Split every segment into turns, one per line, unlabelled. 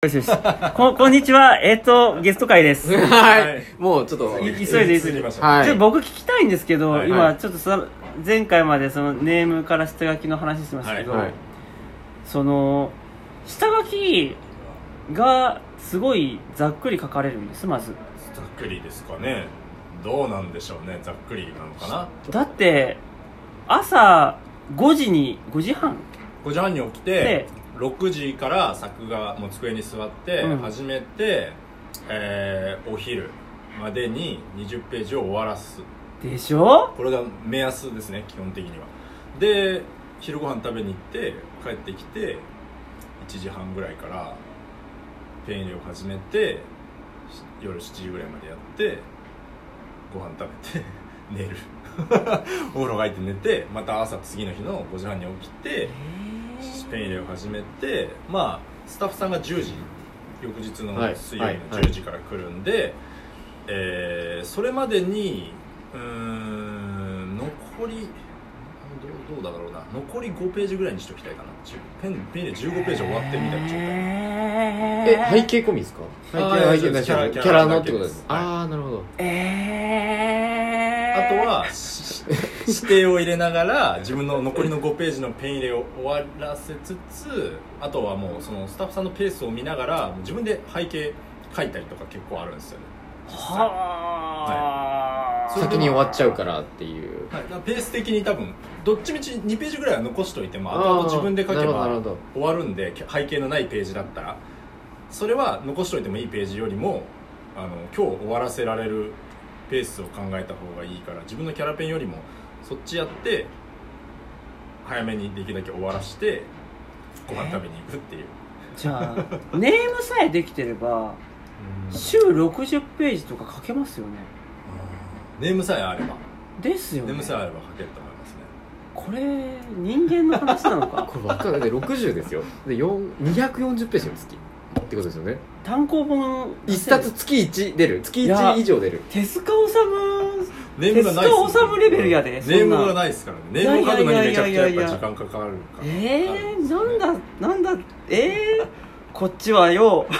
よしよし。こ、 こんにちは。えっ、と、ゲスト会です。ち
はい。もうちょっと。
い急いで急いで
行きましょう
は
ょっと
い。
僕聞きたいんですけど、
はい
今ちょっとさ、前回までそのネームから下書きの話してましたけど、
はい。
その、下書きがすごいざっくり書かれるんです、まず。
ざっくりですかねどうなんでしょうねざっくりなのかな
だって、朝5時に、5時半
5時半に起き
で
て6時から作画もう机に座って
うん
始めて、えーお昼までに20ページを終わらす
でしょ
これが目安ですね基本的にはで昼ご飯食べに行って帰ってきて1時半ぐらいからペン入れを始めてし夜7時ぐらいまでやってご飯食べて 寝るお風呂入って寝てまた朝次の日の5時半に起きてペン入れを始めてまあスタッフさんが10時翌日の
はい
水曜日の
はいはい
10時から来るんで、えーそれまでにうーん残りどうどうだろうな残り5ページぐらいにしときたいかな10ペンペン入れ15ページ終わってるみたいな状態
え、
え
背景込みですか背
あー
景、背景
そうで
なし
す
キャ
キャラ
ラのってことで
キ
す
ャ。ラだけです
ああ、なるほど。
え
あ
ー
とはし指定を入れながら自分の残りの5ページのペン入れを終わらせつつあとはもうそのスタッフさんのペースを見ながら自分で背景書いたりとか結構あるんですよね
はあ、
はい
先に終わっちゃう
か
からっていう。
はい、だからペース的に多分どっちみち2ページぐらいは残しといてもあ
ー
と自分で書け
なるほ
ば
ど、
終わるんで背景のないページだったらそれは残しといてもいいページよりもあの今日終わらせられるペースを考えた方がいいから自分のキャラペンよりもそっちやって早めにできるだけ終わらしてご飯食べに行くっていう
じゃあネームさえできてれば週60ページとか書けますよね
ネームさえあれば
ですよ
ネー
ね
ムさえあれば書けると思いますね
これ人間の話なの か
これわかんない。で、60ですよ。で、4 240ページの月。ってことですよね。
単行本
一冊月1出る。月1以上出る。
手塚治虫
ネームがないっす
手塚治虫レベルやで
ネ
そんな
ームがないですからねネームを書くのにめちゃくちゃやっぱ時間かかるから
え
ある
ー、
ですね
なんだなんだえー、こっちはよ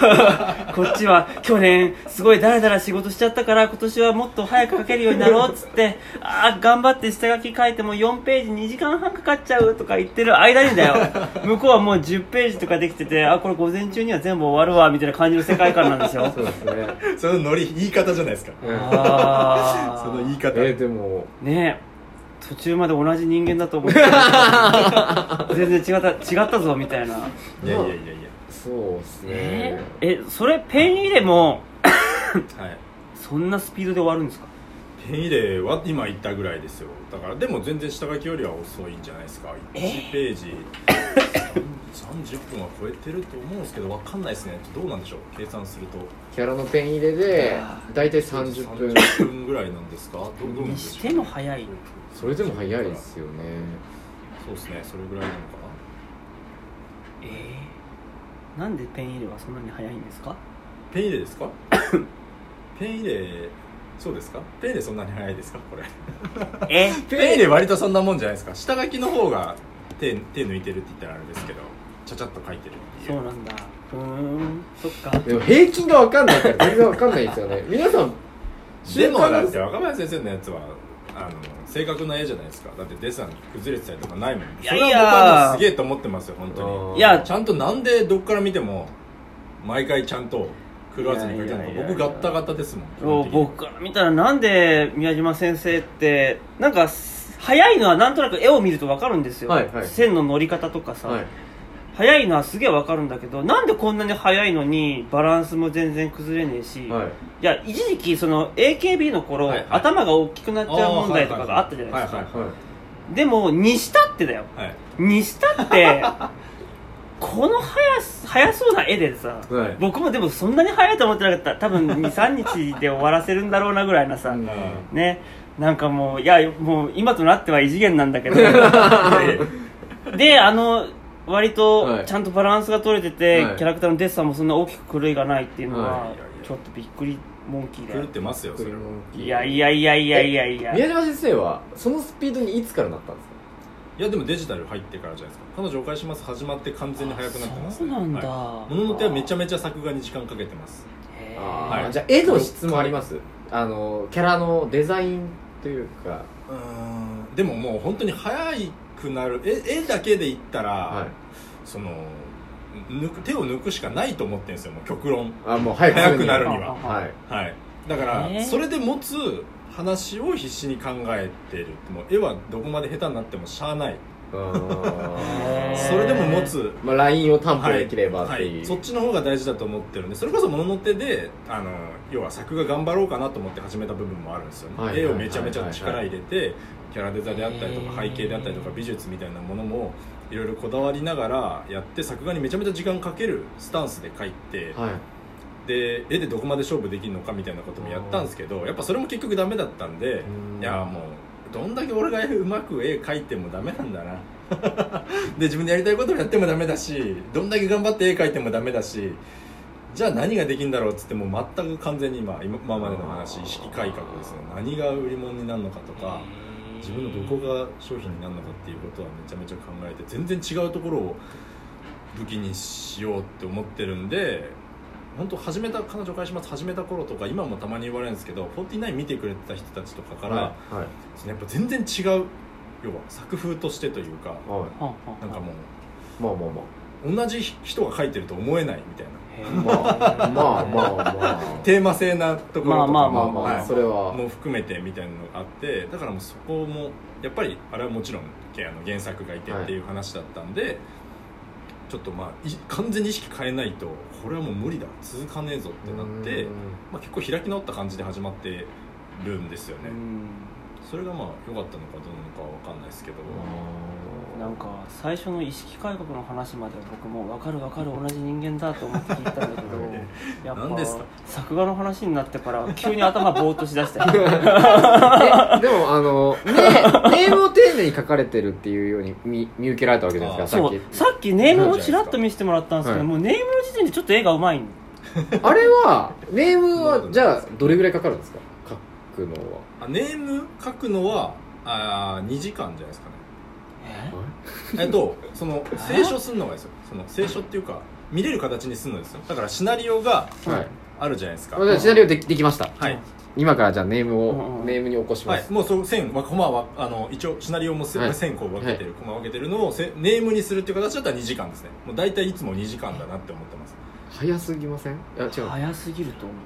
こっちは去年すごいダラダラ仕事しちゃったから今年はもっと早く書けるようになろうっつってああ頑張って下書き書いても4ページ2時間半かかっちゃうとか言ってる間にだよ向こうはもう10ページとかできててあこれ午前中には全部終わるわみたいな感じの世界観なんですよ
そうですね。
そのノリ言い方じゃないですか
うん
あ
その言
あ
い方
えー、でも、
ねえ途中まで同じ人間だと思って た全然違った違ったぞみたいない
やいやいやい
そうです
え
ね。
ーえそれペン入れも
や、はい、
そんなスピードで終わるんですか
ペン入れは今言ったぐらいですよだからでも全然下書きよりは遅いんじゃないですか1ページ30分は超えてると思うんですけどわかんないですねどうなんでしょう計算すると
キャラのペン入れで、だいたい30分。
30分ぐらいなんですかどうどうなん
に
でし
し
ょ
て
う
も早い
それでも早いですよね。
そうですねそれぐらいなのかな
えー、なんでペン入れはそんなに早いんですか
ペン入れですかペン入れそうですかペン入れそんなに早いですかこれ
え
ペン入れ割とそんなもんじゃないですか下書きの方が手手抜いてるって言ったらあれですけどちゃちゃっと書いてるってい
そううなんだうーんそっか
でも平均がわかんないから全然わかんないです よね。皆さん、
でも
習慣が
だって若林先生のやつはあの正確な絵じゃないですかだってデッサン崩れてたりとかないもん
い
そ
や
れ
い
は
や
僕はもうすげえと思ってますよ本当
うん
いや
にちゃんとなんでどっから見ても毎回ちゃんと狂わずに書いてる
いやいや
の
いや
か
いや
僕ガッタガタですもん基本
そう
的に
僕から見たらなんで宮島先生ってなんか早いのはなんとなく絵を見るとわかるんですよ、
はいはい
線の乗り方とかさ、
はい。
早いのはすげえわかるんだけどなんでこんなに早いのにバランスも全然崩れねえし、
はい。
いや一時期その AKB の頃、
はいはい
頭が大きくなっちゃう問題とかがあったじゃないですか、
はい
は
でもにしたってだよ
はいはい
にしたってこの速す速そうな絵でさ、
はい
僕もでもそんなに速いと思ってなかった多分23日で終わらせるんだろうなぐらいなさ、
うん
ねなんかもういやもう今となっては異次元なんだけど
はいはい
であの割
は
と
い
ちゃんとバランスが取れてて、
はい
キャラクターのデッサンもそんな大きく狂いがないっていうのは、
はい
いやいや
ちょっとびっくりモンキーだ
狂
よ
ってますよそれはい
やいやいやいやいやいや
宮島先生はそのスピードにいつからなったんですか
いやでもデジタル入ってからじゃないですか彼女お返します始まって完全に早くなってます、
そうなんだ、
はい物の手はめちゃめちゃ作画に時間かけてます
へ
あ
ー
ー
はい
じゃあ絵の質もありますあのキャラのデザインというか
うーんでももう本当に早くなる絵絵だけで言ったら、
はい
その抜く手を抜くしかないと思ってるんですよもう極論
あもう早く
早くなる
あ
には
あ
はい
はいだから、
えー
それで持つ話を必死に考えてるもう絵はどこまで下手になってもしゃあない、
うーん
へー
それでも持つ
まあ、ラインを担保
はい
できればっていう、
はい、そっちの方が大事だと思ってるんでそれこそ物の手であの要は作画頑張ろうかなと思って始めた部分もあるんですよね、
はいはい
絵
はい
を
はい
めちゃめちゃ力入れてキャラデザであったりと
へ
か背
ー
景であったりとか美術みたいなものもいろいろこだわりながらやって作画にめちゃめちゃ時間かけるスタンスで描いて、
はい
で絵でどこまで勝負できるのかみたいなこともやったんですけどやっぱそれも結局ダメだったんで、
うん
いやもうどんだけ俺がうまく絵描いてもダメなんだな で自分でやりたいこともやってもダメだしどんだけ頑張って絵描いてもダメだしじゃあ何ができるんだろうっつってもう全く完全に今今今までの話意識改革ですね何が売り物になるのかとか自分のどこが商品になるのかっていうことはめちゃめちゃ考えて全然違うところを武器にしようって思ってるんで本当始めた彼女返します始めた頃とか今もたまに言われるんですけど49見てくれてた人たちとかから、
はいはい
そのやっぱ全然違う要は作風としてというか
はい
はは
なんかも
まあまあま
う同じ人が書いてると思えないみたいな
へ
あ
ー
まあまあま あ
テーマ性なところとか
まあ
まあまあ、
はい
それは
も含めてみたいなのがあってだからもうそこもやっぱりあれはもちろんけあの原作がいてっていう話だったんで、ちょっとまあい完全に意識変えないとこれはもう無理だ続かねえぞってなって、まあ、結構開き直った感じで始まってるんですよね、それがまあ良かったのかどうなのかは分かんないですけど、
うんなんか最初の意識改革の話までは僕も分かる分かる同じ人間だと思って聞いたんだ けどやっ
何です
ぱ
か
作画の話になってから急に頭ぼーっとしだ して
えでもあのねネームを丁寧に書かれてるっていうように見見受けられたわけですかさ
そ
っ
う
き
さっきネームをちらっと見せてもらったんですけど、
はい
もうネームの時点でちょっと絵がうまいん
あれはネームはじゃあどれぐらいかかるんですか書くのは
あネーム書くのはあ2時間じゃないですかね えっとその清書するのがですよその清書っていうか見れる形にするのですよだからシナリオが
はい
あるじゃないですか
じゃあシナリオできできました
はい、
今からじゃあネームを、
うんうん
ネームに起こしま
は
す
い、、もうそう線はコマはあの一応シナリオもせ
はい
線こう分けてる、コマ分けてるのをせネームにするっていう形だったら2時間ですねもう大体いつも2時間だなって思ってます
早すぎませんいや違う
早すぎると思う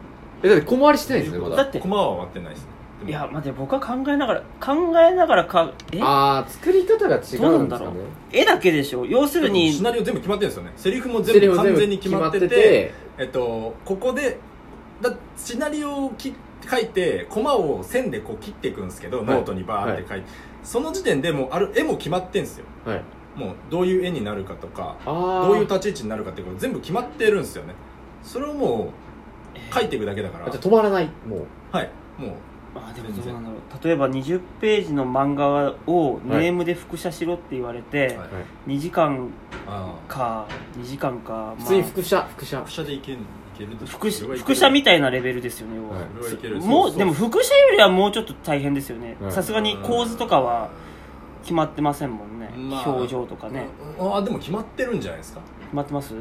えだって小回りしてないんですよま
だ
だ
って
コマは終わってないですねでも
いや待って僕は考えながら考えながらかえ
ああ作り方が違うんです
どうなんだ
か
ろ
ね
う絵だけでしょ要するに
シナリオ全部決まってるんですよねセリフも
セリ
全部
フ全
完
部
全に決まってて
決
えっとここでだシナリオをき書いてコマを線でこう切っていくんですけど、
い
ノートにバーって書いて、その時まってでもうある絵も決まってんですよ
まっててはい
もうどういう絵になるかとか
あ
どういう
あ
立ち位置になるかっていうこと全部決まってるんですよねそれをもう書いていくだけだから
じゃあ止まらないもう
はいもう
あでもどうなんだろう例えば20ページの漫画をネームで複写しろって言われて、
はい
はい
2時間
ああ
か2時間か、
普通に副写副写
複写でいけるいけると
副副写み
て
たいなレベルですよね、要は
はい
それはいける
も
そうう
でも副写よりはもうちょっと大変ですよね
はい
さすがに構図とかは決まってませんもんね、
まあ
表情とかね、
ああでも決まってるんじゃないですか
決まってます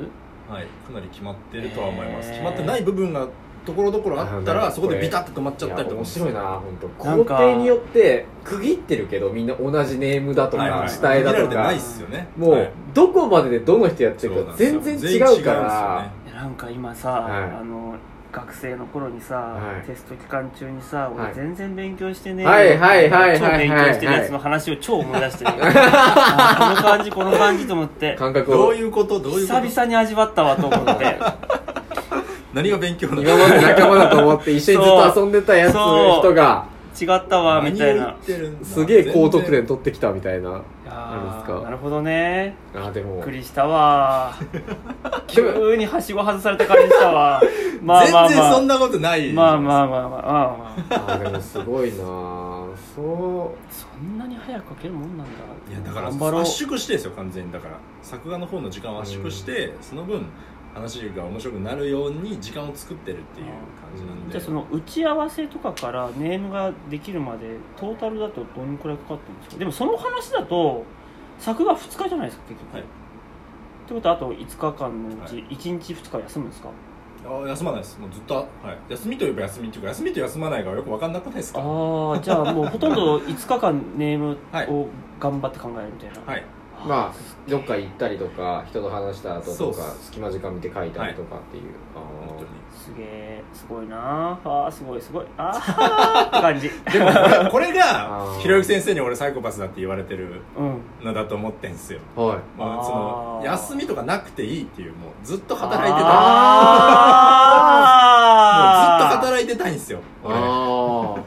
はい、かなり決まってるとは思います、
へー
決まってない部分がところどころあった
あなん
ら
か
そこでビタッと止まっちゃったりとか
いや面白いな本当
なん
工
か
程によって区切ってるけどみんな同じネームだと
はい
か
はい
字体だ
見られ
と
てないっ
か
すよね
も
は
う
い
どこまででどの人やってるか
そうな
全
んです
然
よ
違うから
いやなんか今さ、
はい
あの学生の頃にさ、
はい
テスト期間中にさ、
は
俺
い
全然勉強してね
はいはいはい
超
はい
勉強してるやつの話を超思い出してる、あこの感じこの感じと思って
感覚
ど
を
ういうことどういうこと
久々に味わったわと思って
何が勉強なの
今まで仲間だと思って一緒にずっと遊んでたやつ
そう
の人が
違ったわみたい
何を
な
言ってるんだ
すげえ高得
全
点取ってきたみたいな
あ
あれです
ー
か
なるほどね
あーで
び
も
っくりした わ急にはしご外された感じした わまあまあ
全然そん
まあ
なことない
まあまあまあまあまあまあ
あーでもすごいなーそ
そんなに早く書けるもんなんだ
いやだから
頑張ろう
圧縮してですよ完全にだから作画の方の時間を圧縮して、その分話が面白くなるように時間を作ってるっていう感じなんで
じゃあその打ち合わせとかからネームができるまでトータルだとどのくらいかかってるんですかでもその話だと作が2日じゃないですか結局、
はい
ってことはあと5日間のうち1日2日休むんですか、
ああ休まないですもうずっと、はい、休みといえば休みっていうか休みと休まないがよく分かんなくないですかは
ああ じゃあもうほとんど5日間ネーム
はい
を頑張って考えるみたいな、
い
まあどっか行ったりとか人と話した後
そう
と
っす
か隙間時間見て書いたりとかっていう、
本当に
すげえすごいなあーすごいすごいあーって感 じ
でもこれこれ
あ
が
ー
ひろゆき先生に俺サイコパスだって言われてる
うん
のだと思ってんすよ、
ああはい
まあ、その
あー
休みとかなくていいっていうもうずっと働いてたもうずっ
あ
と
ー
働いてたいんですよ俺は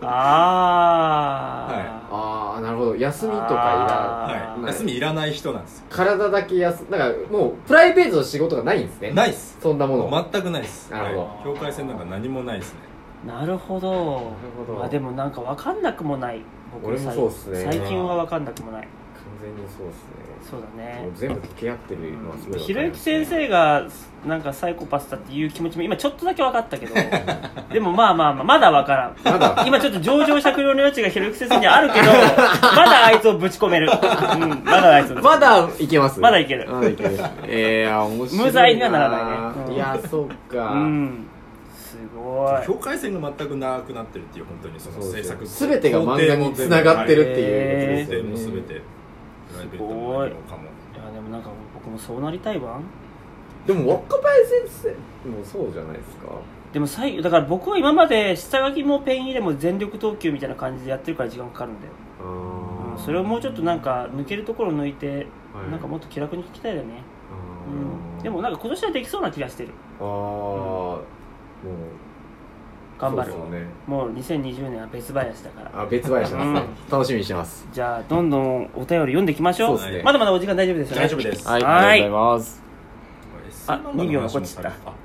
あー
あー
あーなるほど休みとかいら
あー
い休みいらない人なんですよ
体だけ休なんかもうプライベートの仕事がないんですね
ないっす
そんなものは
全くないっす
なるほど
はい境界線なんか何もないっすね
なるほど
ほど
まあ、でもなんか分かんなくもない僕
俺もそうっすね
最近は分かんなくもない
完全にそうです
そうだ
ね
ね
もう全部溶け合ってるのはすごいわかりますね
ひろゆき先生がなんかサイコパスだっていう気持ちも今ちょっとだけ分かったけどでもまあまあまあまだ分からん
まだ
今ちょっと上場酌量の余地がひろゆき先生にあ るけどまだあいつをぶち込める、うん、 まだあいつをぶち込める
まだいけます
まだいける
まだいけるえー、面白い
無罪にはならないねうん
いやそうか、
うんすごい
境界線が全くなくなってるっていう本当にその
そうで
制
すよ
作
全てが漫画につながってるっていう
え
工
ことで
程も
すよ
全
ね
てプライベートも何もかも
いやでもなんか僕もそうなりたいわ
でも若林先生もそうじゃないですか
でも最だから僕は今まで下書きもペン入れも全力投球みたいな感じでやってるから時間かかるんだよ、
あ
うん
ー
それをもうちょっとなんか抜けるところ抜いて、
はい
なんかもっと気楽に聞きたいよね、
あ
うん、
ー
でもなんか今年はできそうな気がしてる
ああもう
頑張る
そうですよね
もう2020年は別林だから
あ別林なんですね、
う
楽しみにしてます
じゃあどんどんお便り読んでいきましょう
そうですね
まだまだお時間大丈夫ですよね
大丈夫です
はい
はい
ありがとうございます
あ
あ二秒残っちゃった
あ